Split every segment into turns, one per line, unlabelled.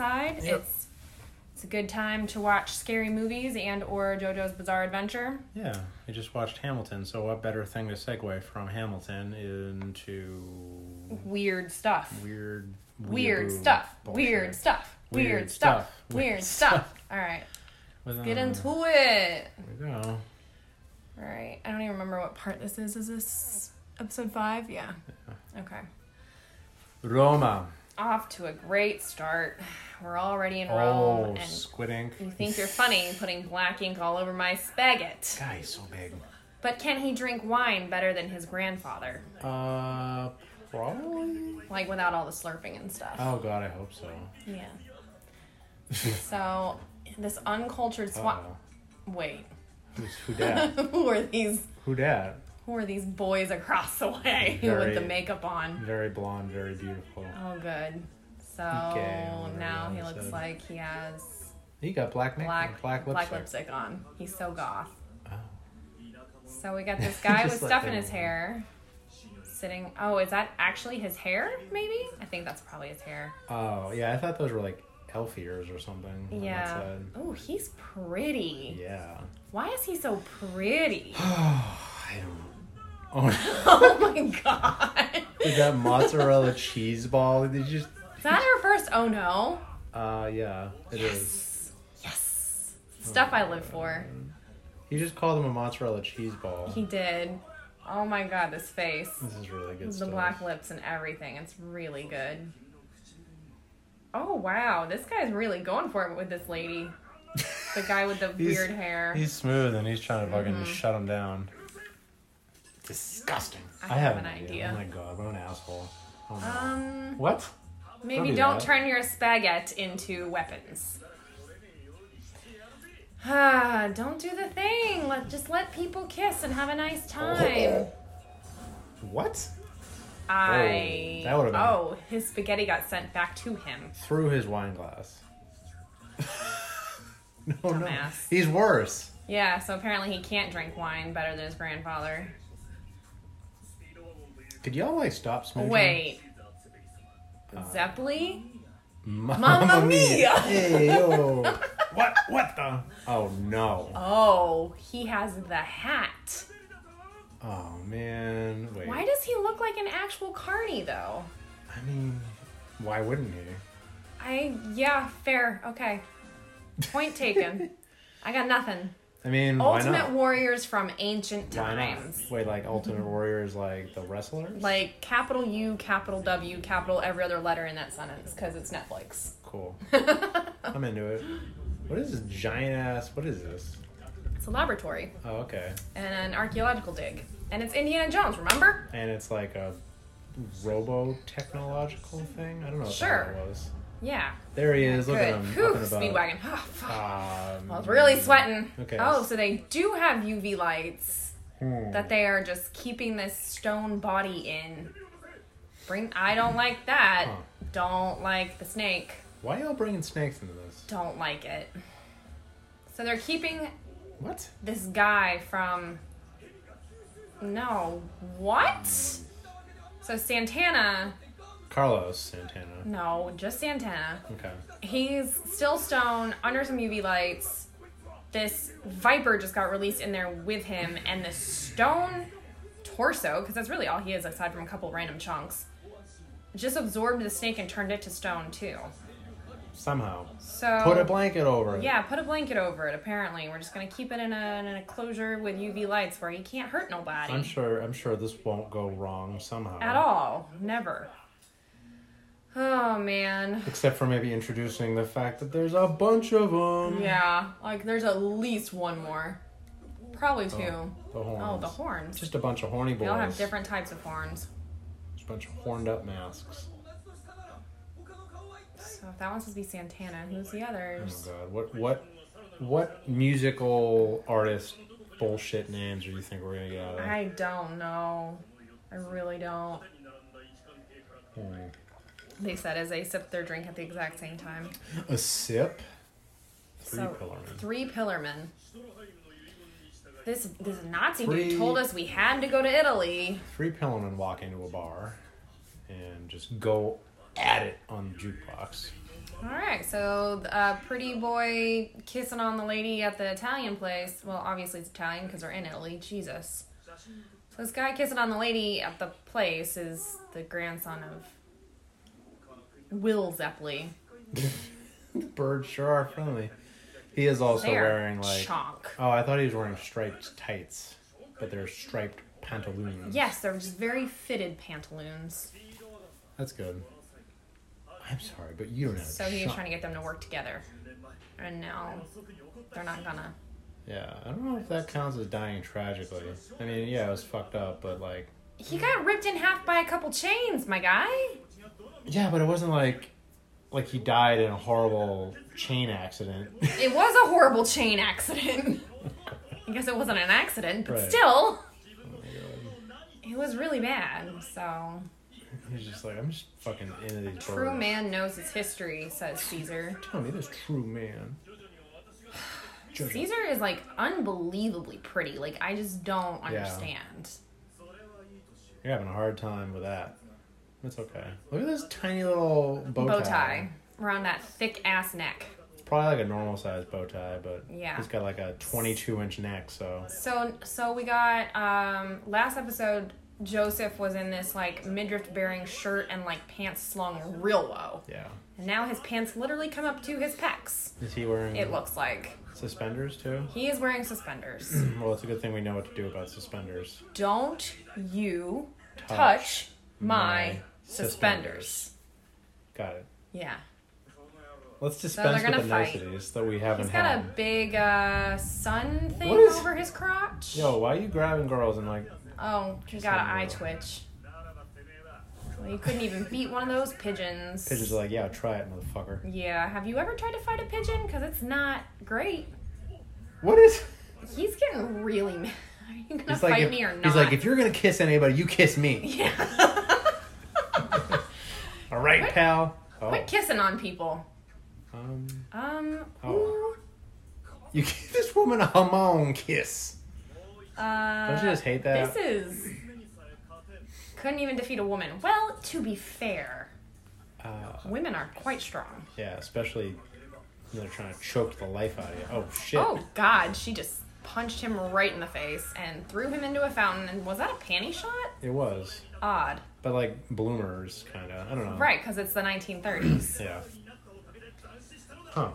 uh, It's a good time to watch scary movies and or JoJo's Bizarre Adventure.
Yeah, I just watched Hamilton, so what better thing to segue from Hamilton into
Weird stuff.
weird,
Weird
weeaboo
stuff.
bullshit.
Weird stuff.
Weird
Weird stuff.
stuff.
Weird
Weird
stuff. All right.
With,
Get
um,
into it.
There we go.
All right. I don't even remember what part this is. Is this episode 5? Yeah. Okay.
Roma.
Off to a great start. We're already in Rome
Oh,
and
squid ink.
you think you're funny putting black ink all over my spaghetti.
Guy is so big.
But can he drink wine better than his grandfather?
Uh, probably.
Like without all the slurping and stuff.
Oh god, I hope so.
Yeah. so this uncultured swine.
Uh-oh.
Wait.
Who's who dat?
who are these?
who dat?
Who are these boys across the way with
Very-
the makeup on?
Very blonde, very beautiful.
Oh, good. So
Okay, whatever
now he
that
looks
said.
like he has
He got black neck,
black
black lipstick.
lipstick on. He's so goth.
Oh.
So we got this guy with
Just like
stuff in
that.
his hair, sitting. Oh, is that actually his hair? Maybe I think that's probably his hair.
Oh yeah, I thought those were like elf ears or something. on that
Yeah.
side.
Oh, he's pretty.
Yeah.
Why is he so pretty?
I don't. Oh,
oh my god.
is that mozzarella cheese ball? Did you? Just,
Is that our first? Oh no.
uh, yeah, it is.
Yes. Stuff I live for.
You just called him a mozzarella cheese ball.
He did. Oh my god, this face.
this is really good
The
stuff.
black lips and everything. It's really good. Oh wow, this guy's really going for it with this lady. The guy with the
He's-
weird hair.
He's smooth and he's trying to fucking
Mm-hmm.
shut him down. Disgusting. I, have, an idea. Oh my god, what an asshole. Oh, no.
Um,
what?
maybe
do
don't
that.
turn your spaghetti into weapons. Ah, don't do the thing. Let just let people kiss and have a nice
Oh.
time.
What?
I
that Oh, would've been-
oh, his spaghetti got sent back to him.
Through his wine glass. no, no.
Dumbass.
He's worse.
Yeah, so apparently he can't drink wine better than his grandfather.
Could y'all like stop smoking?
Wait,
Uh,
Zeppeli?
Mamma,
Mamma mia.
hey, yo. what? What the? Oh no.
Oh, he has the hat.
Oh man. Wait.
Why does he look like an actual carny though?
I mean, why wouldn't he?
I yeah, fair. Okay. Point taken. I got nothing.
I mean, why
Ultimate
not?
warriors from ancient
Why not?
times.
Wait, like Ultimate Warrior is like the wrestler?
Like capital U, capital W, capital every other letter in that sentence because it's Netflix.
Cool. I'm into it. What is this giant ass? What is this?
It's a laboratory
Oh, okay.
and an archaeological dig. And it's Indiana Jones, remember?
And it's like a robo technological thing? I don't know what
Sure.
that was.
Yeah.
There he is. Look at
Good.
him.
Whew,
up and about.
Speedwagon. Oh, fuck.
Um,
I was really sweating.
Okay.
Oh, so they do have UV lights
hmm.
that they are just keeping this stone body in. Bring. I don't like that.
Huh.
Don't like the snake.
Why y'all bringing snakes into this?
Don't like it. So they're keeping
What?
this guy from. No. What? So Santana.
Carlos Santana.
No, just Santana.
Okay.
He's still stone under some UV lights. This viper just got released in there with him, and this stone torso, because that's really all he is aside from a couple random chunks, just absorbed the snake and turned it to stone too.
Somehow.
So
Put a blanket over it.
yeah, put a blanket over it. Apparently, we're just gonna keep it in a in an enclosure with UV lights where he can't hurt nobody
I'm sure. I'm sure this won't go wrong somehow.
at all. Never. Oh man.
Except for maybe introducing the fact that there's a bunch of them.
Yeah, like there's at least one more. Probably two.
Oh, the horns.
Oh, the horns.
Just a bunch of horny boys.
they all have different types of horns.
Just a bunch of horned up masks.
So if that one's supposed to be Santana, who's the
Oh my
others?
god. What what what musical artist bullshit names do you think we're gonna get out of?
I don't know. I really don't.
Hmm.
They said as they sipped their drink at the exact same time.
A sip? Three
so
pillar men.
three pillarmen. This this Nazi dude
Three-
told us we had to go to Italy.
Three Pillman walk into a bar and just go at it on the jukebox.
All right, so uh, pretty boy kissing on the lady at the Italian place. Well, obviously it's Italian because they're in Italy. Jesus. So this guy kissing on the lady at the place is the grandson of Will Zeppeli.
Birds sure are friendly. He is also
They are
wearing like.
chalk.
Oh, I thought he was wearing striped tights, but they're striped pantaloons.
Yes, they're just very fitted pantaloons.
That's good. I'm sorry, but you don't have.
So he was trying to get them to work together, and now they're not gonna.
Yeah, I don't know if that counts as dying tragically. I mean, yeah, it was fucked up, but like.
He got ripped in half by a couple chains, my guy.
Yeah, but it wasn't like, like he died in a horrible chain accident.
It was a horrible chain accident. I guess it wasn't an accident, but
Right. Oh
still, it was really bad. So
He's just like, I'm just fucking into these birds.
true man knows his history, says Caesar.
Tell me this true man. Judge him.
Caesar is like unbelievably pretty. Like I just don't
Yeah.
understand.
You're having a hard time with that. That's okay. Look at this tiny little bow tie.
Bow tie around that thick ass neck.
It's probably like a normal size bow tie, but
Yeah.
he's got like a 22 inch neck, so
So so we got um last episode Joseph was in this like midriff bearing shirt and like pants slung real low.
yeah.
And now his pants literally come up to his pecs.
Is he wearing
It looks like
suspenders too?
he is wearing suspenders.
Well, it's a good thing we know what to do about suspenders.
Don't you touch,
Touch
my
my
suspenders.
Got it.
Yeah.
Let's dispense
gonna
with the
fight.
niceties that we haven't
He's got a
had.
big uh sun thing
What is-
over his crotch.
Yo, why are you grabbing girls and like
Oh, he got an
Sun
eye
girl.
twitch. Well, you couldn't even beat one of those pigeons.
pigeons are like, yeah, try it, motherfucker.
Yeah, have you ever tried to fight a pigeon? Because it's not great.
What is?
He's getting really mad. Are you gonna
He's
fight
like, if,
me or not?
he's like, if you're gonna kiss anybody, you kiss me.
yeah.
All right,
What?
pal. Oh,
Quit kissing on people.
um,
Um.
Oh. you give this woman a hamon kiss.
ooh, Uh,
Don't you just hate that?
This is. Couldn't even defeat a woman. Well, to be fair,
Uh,
women are quite strong.
yeah, especially when they're trying to choke the life out of you. Oh shit.
Oh God, she just punched him right in the face and threw him into a fountain. And was that a panty shot?
It was,
Odd.
but like bloomers, kind of. I don't know.
Right, because it's the 1930s.
Yeah. Huh.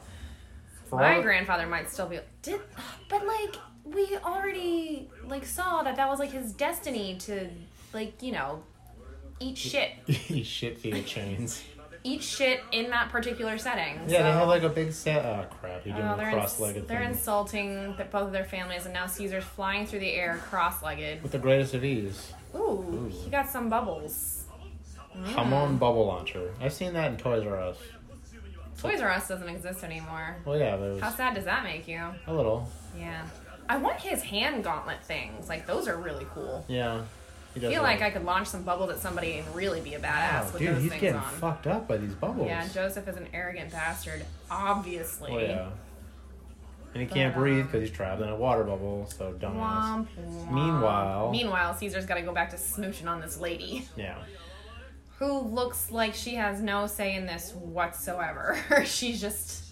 For
My
all-
grandfather might still be. Did, but like we already like saw that that was like his destiny to like you know eat shit,
you shit via chains.
eat shit in that particular setting.
Yeah,
so,
they have like a big set. Oh crap, you're doing
oh,
the
they're,
cross-legged
ins- they're
thing
insulting that both of their families, and now Caesar's flying through the air cross-legged.
with the greatest of ease.
Ooh, he got some bubbles. Mm.
Hamon bubble launcher. I've seen that in Toys R Us.
Toys R Us doesn't exist anymore.
Well, yeah, but it
How
was
sad does that make you?
a little.
Yeah, I want his hand gauntlet things. Like those are really cool.
Yeah. He
I
does
feel like
that.
I could launch some bubbles at somebody and really be a badass
Wow,
with
dude,
those
he's
things
getting
on.
fucked up by these bubbles.
Yeah, Joseph is an arrogant bastard, obviously.
Oh yeah. And he can't breathe
um,
because he's trapped in a water bubble. So dumbass.
Womp, womp.
Meanwhile-
meanwhile, Caesar's got to go back to smooching on this lady
Yeah.
who looks like she has no say in this whatsoever. she's just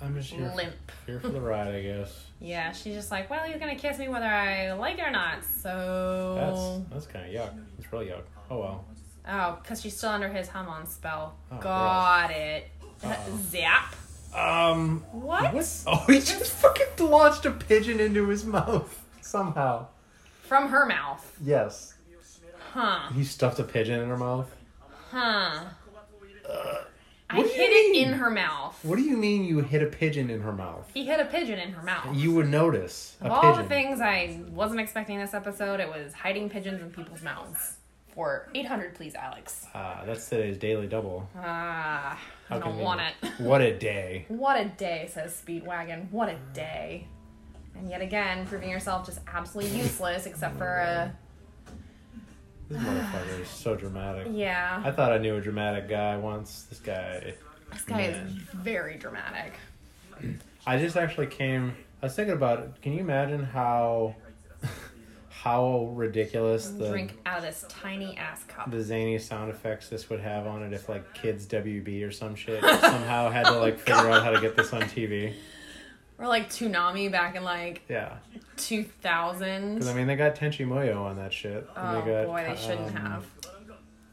I'm just here,
limp.
here for the ride, I guess.
Yeah, she's just like, well, he's gonna kiss me whether I like it or not.
That's
So,
that's kind of yuck. It's real yuck. Oh well.
oh, because she's still under his Hamon spell.
Oh,
got it.
Uh-oh.
Zap.
Um.
What?
Oh, he just fucking launched a pigeon into his mouth somehow.
From her mouth.
Yes.
Huh.
He stuffed a pigeon in her mouth.
Huh. I
Uh, What do
hit
you
it
mean?
in her mouth.
What do you mean you hit a pigeon in her mouth?
He hit a pigeon in her mouth.
You would notice a
of all
pigeon.
the things I wasn't expecting this episode, it was hiding pigeons in people's mouths. For 800, please, Alex.
Ah, that's today's daily double.
Ah, I don't want
convenient.
it.
What a day.
What a day, says Speedwagon. What a day. And yet again, proving yourself just absolutely useless, except for a.
This motherfucker is so dramatic. I
Yeah.
thought I knew a dramatic guy once. This guy.
This guy is
Man.
very dramatic.
I just actually came. I was thinking about it. Can you imagine how how ridiculous the
drink out of this tiny ass cup.
the zany sound effects this would have on it if like kids WB or some shit somehow had to
Oh,
like figure out how to get this on TV.
Or like tsunami back in like
Yeah,
2000.
because I mean they got Tenchi Muyo on that shit.
Oh
and they got,
boy, they shouldn't
um,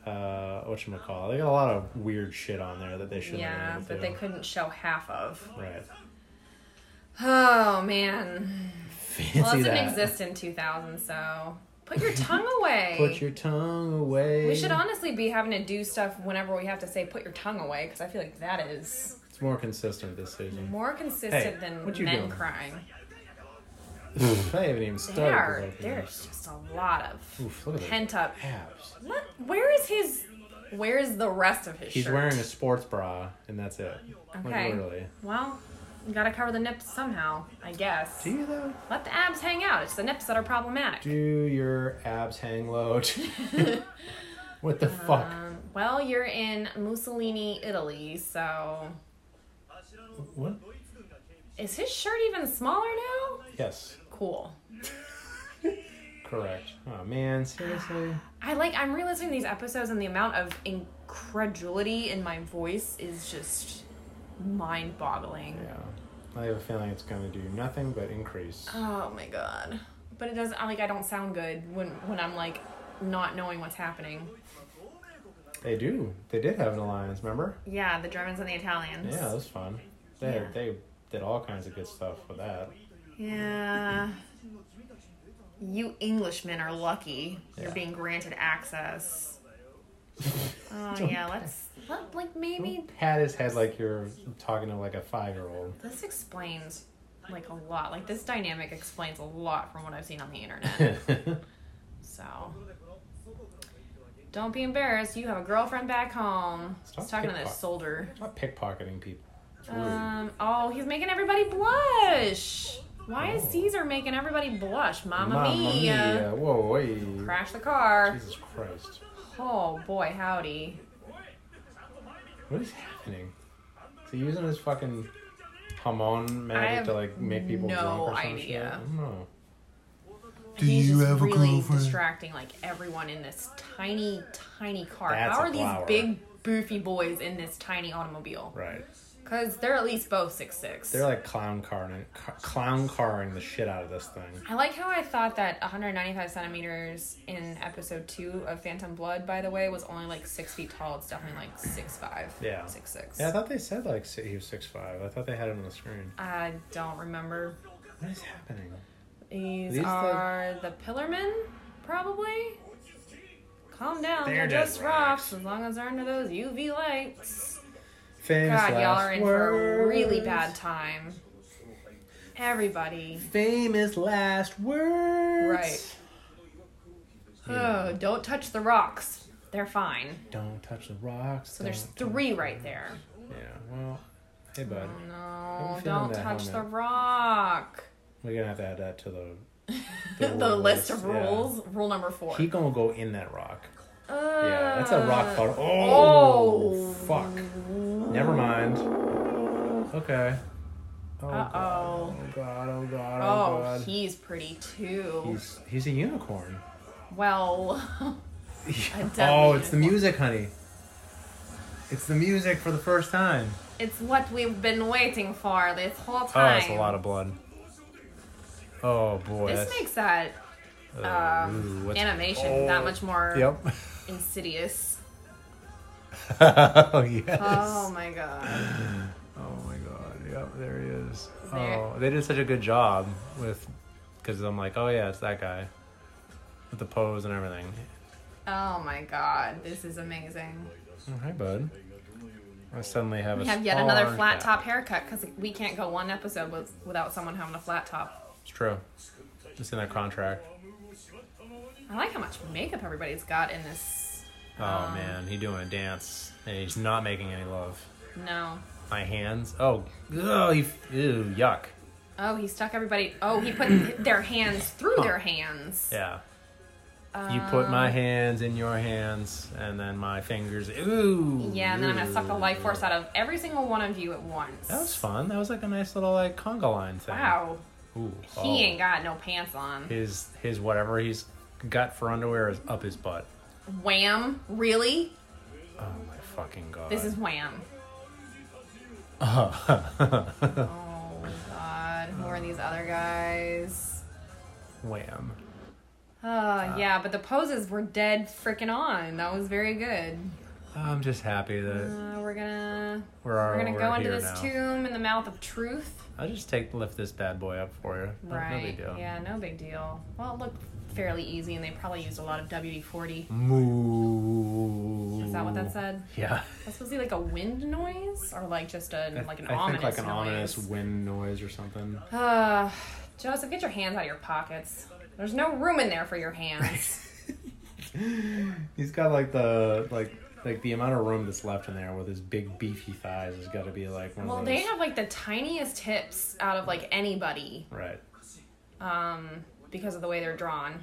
have.
Uh, what you call? They got a lot of weird shit on there that they shouldn't. have
Yeah,
been
but
able
they
to do.
couldn't show half of.
Right.
Oh man.
Fancy
Well, it
that.
didn't exist in 2000, so put your tongue away.
Put your tongue away.
we should honestly be having to do stuff whenever we have to say "put your tongue away" because I feel like that is
It's more consistent this season.
more consistent
Hey,
than
what you
men
doing?
crying.
I haven't even
They are-
started.
there's just a lot of
Oof, look at those
pent up.
abs.
What? Where is his? Where is the rest of his
He's
shirt?
wearing a sports bra, and that's it. Like,
Okay.
literally.
Well, you gotta cover the nips somehow, I guess.
Do you though?
Let the abs hang out. It's the nips that are problematic.
Do your abs hang low? what the fuck?
Um, well, you're in Mussolini, Italy, so
What?
is his shirt even smaller now?
Yes,
Cool.
correct. Oh man, seriously.
I like. I'm re-listening to these episodes, and the amount of incredulity in my voice is just mind-boggling.
Yeah, I have a feeling it's gonna do nothing but increase.
Oh my god. But it doesn't. I like. I don't sound good when when I'm like not knowing what's happening.
They do. They did have an alliance, remember?
Yeah, the Germans and the Italians.
Yeah, that was fun. They
Yeah.
they did all kinds of good stuff with that.
Yeah. You Englishmen are lucky. You're
Yeah.
being granted access. Oh yeah, let's let, like maybe
Pat his head like you're talking to like a five year old.
this explains like a lot. Like this dynamic explains a lot from what I've seen on the internet. So don't be embarrassed. You have a girlfriend back home.
Stop
He's talking to this
pickpock-
soldier.
Not pickpocketing people. It's rude.
Um, oh, he's making everybody blush. Why is
Oh.
Caesar making everybody blush? Mama, mia.
mia. Whoa, wait.
Crash the car.
Jesus Christ.
Oh boy, howdy.
What is happening? Is he using his fucking hamon magic
have
to like make people
no
drunk or some
idea.
shit? I don't know.
Do
he's
you
just
have a
really
girlfriend?
distracting like everyone in this tiny, tiny car.
That's
How
a
are
flower.
these big boofy boys in this tiny automobile?
Right.
Because they're at least both six six.
They're like clown carring, ca- clown carring the shit out of this thing.
I like how I thought that 195 centimeters in episode two of Phantom Blood, by the way, was only like six feet tall. It's definitely like six five.
Yeah.
Six six.
Yeah, I thought they said like si- he was six five. I thought they had it on the screen.
I don't remember.
What is happening?
These,
These
are the Pillarmen, probably. Calm down.
They're
They're, just,
just
rocks.
rocks.
As long as they're under those UV lights.
Famous
God, y'all
last
are in for a really
words.
bad time. Everybody.
Famous last words.
Right. Oh, don't touch the rocks. They're fine.
Don't touch the rocks.
So there's
don't touch-
three right there.
Yeah. Well, hey bud,
No,
feeling
don't
that
touch the
helmet.
rock.
we're gonna have to add that to the
The,
rules,
list of
yeah.
rules. Rule number four.
He gonna go in that rock.
Uh,
Yeah, that's a rock bottom.
oh.
Oh, fuck. Never mind. Okay. Oh,
Uh-oh.
God. Oh god. Oh god. Oh,
Oh,
god.
he's pretty too.
he's he's a unicorn.
Well,
oh, it's the
unicorn.
music, honey. It's the music for the first time.
it's what we've been waiting for this whole
Oh,
time.
that's a lot of blood. Oh boy.
This
that's-
makes that
oh, ooh,
um,
what's-
animation
Oh.
that much more
Yep.
insidious.
oh yes.
Oh my god.
Oh my god. Yep, there he is.
There.
Oh, they did such a good job with cuz I'm like, "Oh yeah, it's that guy." With the pose and everything.
Oh my god. This is amazing.
Oh, hi, bud. I suddenly have
We
a
have yet
star
another flat
cap.
top haircut because we can't go one episode with, without someone having a flat top.
It's true. It's in that contract.
I like how much makeup everybody's got in this.
Oh
Um,
man, he doing a dance and he's not making any love.
No.
My hands. Oh, oh, he, ew, yuck.
Oh, he stuck everybody. Oh, he put their hands through their hands.
Yeah. You put
Um,
my hands in your hands, and then my fingers. Ooh.
Yeah, and then I'm gonna suck the
ew.
life force out of every single one of you at once.
That was fun. That was like a nice little like conga line thing.
Wow.
Ooh,
He
Oh.
ain't got no pants on.
His his whatever he's got for underwear is up his butt.
Wham! Really?
Oh my fucking god.
This is wham.
wham.
Oh god, who are these other guys? Uh, yeah, but the poses were dead freaking on. That was very good.
I'm just happy that
Uh, we're gonna
we're are,
we're gonna go into
here
this
now.
tomb in the mouth of truth.
I'll just take lift this bad boy up for you. No-
Right.
No big deal.
Yeah, no big deal. Well, it looked fairly easy, and they probably used a lot of WD forty.
Moo.
Is that what that said?
Yeah.
That's supposed to be like a wind noise, or like just a like an
I
ominous
think like an
noise.
ominous wind noise or something.
Uh, Joseph, get your hands out of your pockets. There's no room in there for your hands.
He's got like the like like the amount of room that's left in there with his big beefy thighs has got to be like one
well,
of those.
they have like the tiniest hips out of like anybody
Right,
um, because of the way they're drawn.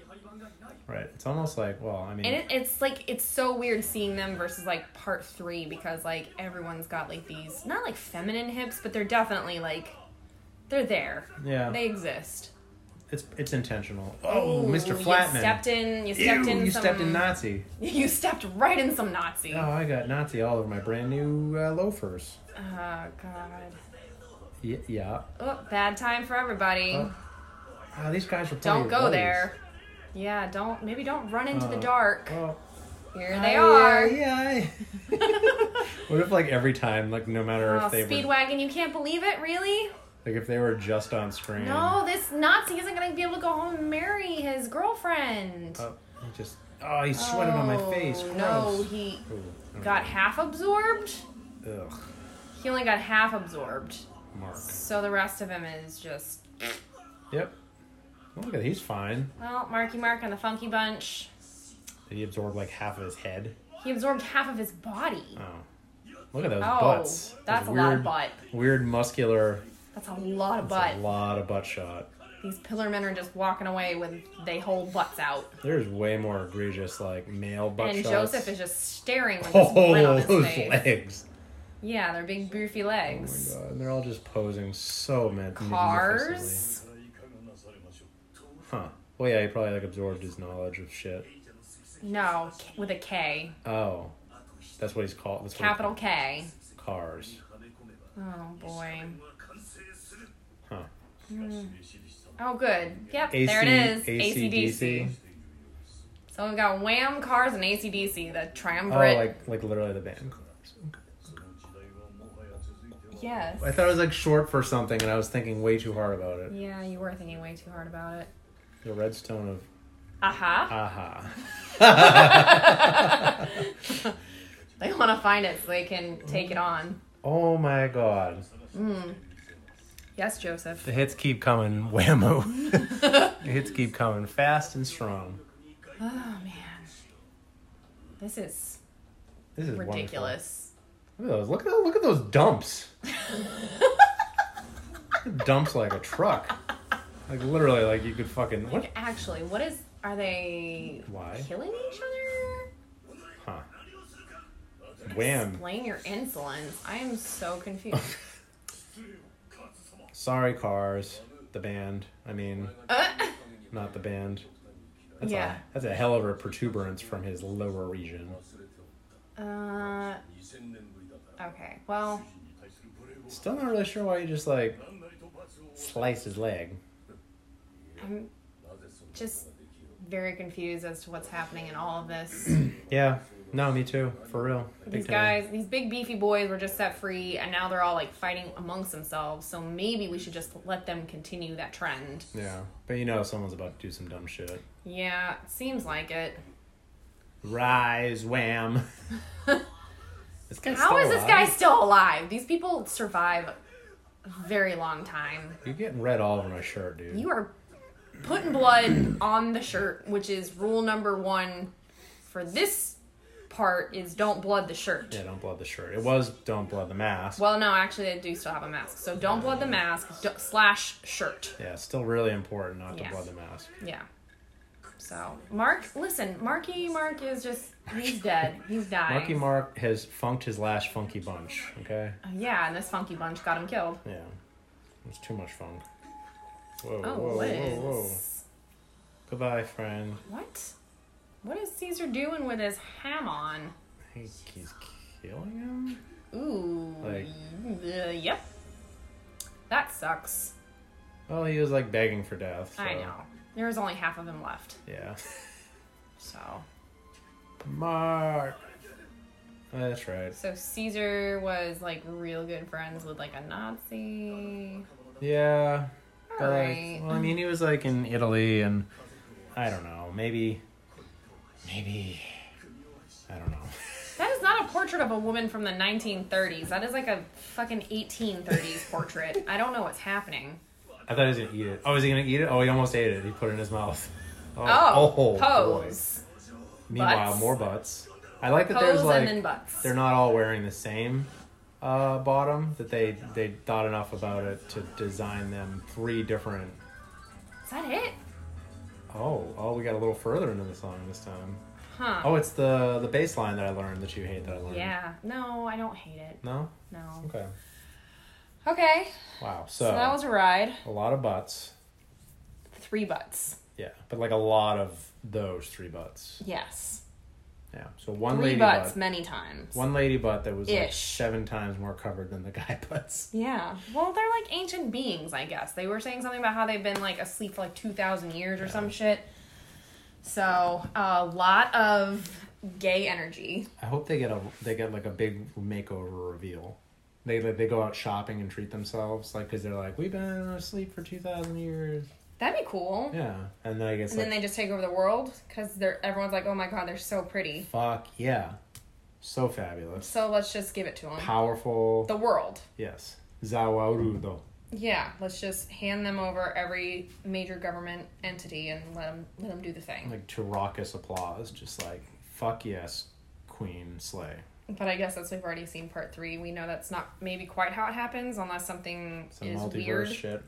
right. It's almost like well, I mean,
And it, it's like, it's so weird seeing them versus like part three because like everyone's got like these, not like feminine hips, but they're definitely like, they're there.
yeah,
They exist.
it's it's intentional. Oh,
Ooh,
Mr.
You
Flatman.
stepped in, you
Ew,
stepped in
you
some,
stepped in Nazi.
You stepped right in some Nazi.
Oh, I got Nazi all over my brand new uh, loafers.
Oh, God.
Yeah, yeah.
Oh, bad time for everybody.
Oh, Oh, these guys were
don't
playing
go
buddies.
there. Yeah, don't maybe don't run into the
Uh,
dark.
Oh,
Here they
hi,
are.
hi, hi. what if like every time, like no matter
Oh,
if they were,
Speedwagon, you can't believe it, really?
like if they were just on screen.
No, this Nazi isn't gonna be able to go home and marry his girlfriend.
Oh, he just oh, he sweated on my
Oh,
face.
No,
Gross.
he
Ooh, okay.
got half absorbed.
Ugh,
He only got half absorbed.
Mark.
So the rest of him is just
Yep. Oh, Look at he's fine.
well, Marky Mark and the Funky Bunch.
Did he absorb like half of his head?
He absorbed half of his body.
Oh. Look at those
Oh,
butts. Those
that's a lot
weird,
of butt.
Weird muscular.
That's a lot of
That's
butt.
a lot of butt shot.
These pillar men are just walking away with they whole butts out.
There's way more egregious like male butt
and
shots.
Joseph is just staring with this grin on
oh,
his
those
face.
legs.
Yeah, their big boofy
Oh my
legs.
god, and they're all just posing so mad.
Cars.
Huh. Well, yeah, he probably like absorbed his knowledge of shit.
No, K- with a K.
Oh, that's what he's called. That's what he-
Capital K.
cars.
Oh boy.
Huh.
Oh good. Yep,
AC,
there it is.
AC/DC.
ACDC. So we've got Wham Cars and ACDC, the
Oh,
triumvirate.
like like literally the band.
yes.
I thought it was like short for something, and I was thinking way too hard about it.
Yeah, you were thinking way too hard about it.
The redstone of
Aha.
aha.
They want to find it so they can take it on.
Oh my god.
Yes, Joseph.
The hits keep coming, whammo. the hits keep coming.
Fast and strong.
Oh man. This is
This is wonderful.
ridiculous.
Look at those. Look at those, look at those dumps. dumps like a truck. Like literally, like you could fucking what?
Like, actually, what is. Are they
Why?
killing each other?
Huh. Wham.
Explain your insolence. I am so confused.
Sorry, cars. The band. I mean,
Uh,
not the band. That's
Yeah.
A, that's a hell of a protuberance from his lower region.
uh, okay, well,
Still not really sure why you just like slice his leg.
I'm just very confused as to what's happening in all of this.
Yeah. No, me too. For real.
these
Big time.
guys, these big beefy boys were just set free, and now they're all like fighting amongst themselves, so maybe we should just let them continue that trend.
Yeah. But you know someone's about to do some dumb shit.
Yeah, it seems like it.
Rise, wham. this guy's
How
still
is this guy
alive?
still alive? These people survive a very long time.
You're getting red all over my shirt, dude.
You are putting blood on the shirt, which is rule number one for this part is don't blood the shirt.
Yeah, don't blood the shirt. It was don't blood the mask.
Well, no, actually, I do still have a mask. So don't blood the mask do- slash shirt.
yeah, it's still really important not
Yeah.
to blood the mask.
Yeah. So Mark, listen, Marky Mark is just he's dead. He's dying.
Marky Mark has funked his last funky bunch, okay?
Uh, Yeah, and this funky bunch got him killed.
Yeah. It's too much funk. Whoa,
Oh,
whoa,
Liz.
whoa, whoa. Goodbye, friend.
What? What is Caesar doing with his ham on?
I think he's killing him?
Ooh.
Like-
uh, yep. That sucks.
Well, he was like begging for death.
I
so,
know. There's only half of him left,
Yeah.
so.
Mark! Oh, That's right.
So Caesar was like real good friends with like a Nazi.
Yeah. but, like,
Alright.
well, I mean, he was like in Italy, and I don't know. Maybe, maybe, I don't know.
That is not a portrait of a woman from the 1930s. That is like a fucking 1830s portrait. I don't know what's happening.
I thought he was gonna eat it. Oh, is he gonna eat it? Oh, he almost ate it. He put it in his mouth.
Oh,
boy.
pose.
Meanwhile,
Butts.
more butts. I like that
Pose
there's like
and then butts.
they're not all wearing the same uh, bottom. That they they thought enough about it to design them three different.
Is that it?
Oh, oh, we got a little further into the song this time.
Huh.
Oh, it's the the bass line that I learned that you hate that I learned.
yeah. No, I don't hate it.
No.
No.
Okay.
Okay.
Wow.
So that was a ride.
A lot of butts.
Three butts.
Yeah, but like a lot of those three butts.
Yes.
Yeah. So one
Three
lady
butts
butt.
many times.
One lady butt that was like
Ish.
seven times more covered than the guy butts.
Yeah. Well, they're like ancient beings, I guess. They were saying something about how they've been like asleep for like 2,000 years or some shit. So, a lot of gay energy.
I hope they get a they get like a big makeover reveal. They like they go out shopping and treat themselves like because they're like we've been asleep for two thousand years.
That'd be cool.
Yeah, and then I guess
And
like
then they just take over the world because they're everyone's like, oh my god, they're so pretty.
fuck yeah, so fabulous,
So let's just give it to them.
powerful.
The world.
yes, Zawarudo.
Yeah, let's just hand them over every major government entity and let them let them do the thing.
like to raucous applause, just like fuck yes, Queen Slay.
But I guess that's we've already seen part three. We know that's not maybe quite how it happens unless something
Some
is
multiverse
weird.
shit.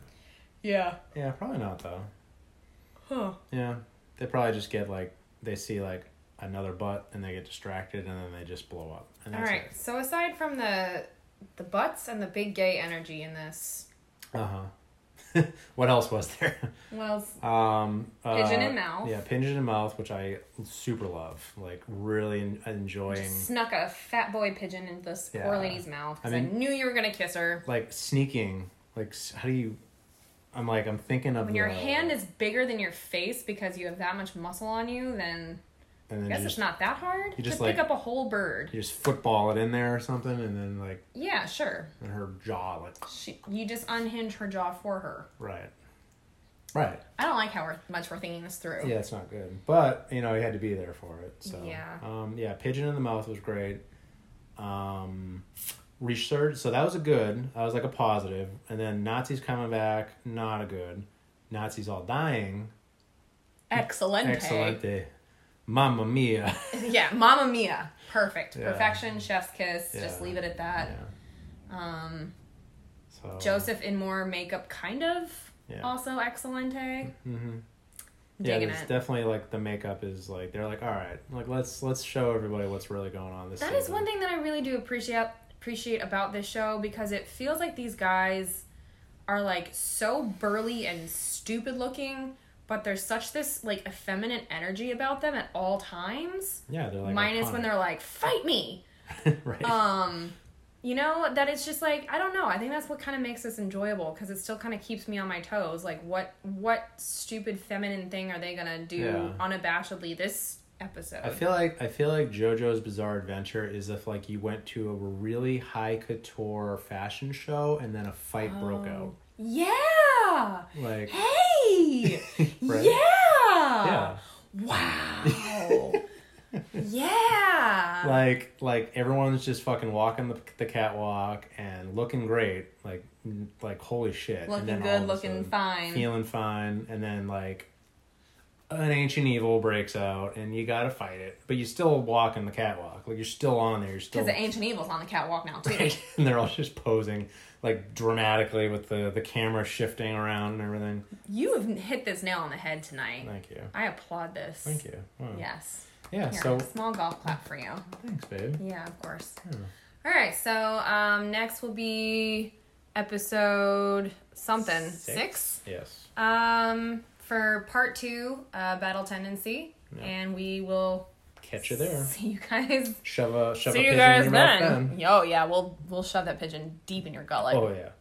Yeah.
Yeah, probably not though.
Huh.
Yeah, they probably just get like they see like another butt and they get distracted and then they just blow up. And
All
that's
right. So aside from the the butts and the big gay energy in this,
Uh huh. what else was there?
well, it's-
Um, uh,
Pigeon in Mouth.
Yeah, pigeon in mouth, which I super love. Like really en- enjoying.
snuck a fat boy pigeon into this poor
Yeah.
lady's mouth because
I
I,
mean-
knew you were gonna kiss her.
Like sneaking. Like s- how do you? I'm like I'm thinking of
When your
the-
hand is bigger than your face because you have that much muscle on you, then
And
I
then
guess
you
it's
just,
not that hard
you just,
to pick
like-
up a whole bird.
you just football it in there or something, and then like
Yeah, sure.
and her jaw like
She, you just unhinge her jaw for her.
right right
I don't like how we're, much we're thinking this through.
yeah it's not good but you know you had to be there for it so
Yeah.
um yeah pigeon in the mouth was great um research so that was a good that was like a positive and then nazis coming back not a good nazis all dying
Excellent.
excellent day mamma mia
Yeah, Mamma Mia. Perfect.
Yeah.
Perfection. Chef's kiss. Just
Yeah.
leave it at
yeah
that. Um,
so
Joseph in more makeup, kind of.
Yeah.
Also excelente.
mm-hmm. yeah
Digging
there's
it.
definitely like the makeup is like they're like all right like let's let's show everybody what's really going on this
That is
season.
one thing that I really do appreciate appreciate about this show because it feels like these guys are like so burly and stupid looking, but there's such this like effeminate energy about them at all times.
yeah they're like
minus when
iconic.
they're like, "Fight me,"
right
um you know that it's just like i don't know i think that's what kind of makes this enjoyable because it still kind of keeps me on my toes like what what stupid feminine thing are they gonna do
Yeah.
unabashedly this episode
I feel like I feel like JoJo's Bizarre Adventure is if like you went to a really high couture fashion show and then a fight broke
Oh.
out.
yeah
Like
hey
Right?
yeah
yeah.
wow yeah
Like like everyone's just fucking walking the, the catwalk and looking great. Like n- like holy shit. And
looking
then all of
good
a
looking
sudden,
fine
Feeling fine and then like an ancient evil breaks out and you gotta fight it. But you still walking the catwalk. Like you're still on there. You're still
because the ancient evil's on the catwalk now too
Right. and they're all just posing like dramatically with the the camera shifting around and everything.
you have hit this nail on the head tonight
Thank you.
i applaud this
Thank you. Wow.
yes
Yeah.
Here,
So
small golf clap for you.
thanks, babe. Hmm.
Yeah, of course. All right, so um, next will be episode something six.
Yes.
Um, for part two, uh, battle tendency,
Yeah.
and we will
Catch you there.
see you guys.
Shove a shove a
see
pigeon
you guys
in your mouth
then. Yo, yeah, we'll we'll shove that pigeon deep in your gullet.
then. Oh yeah.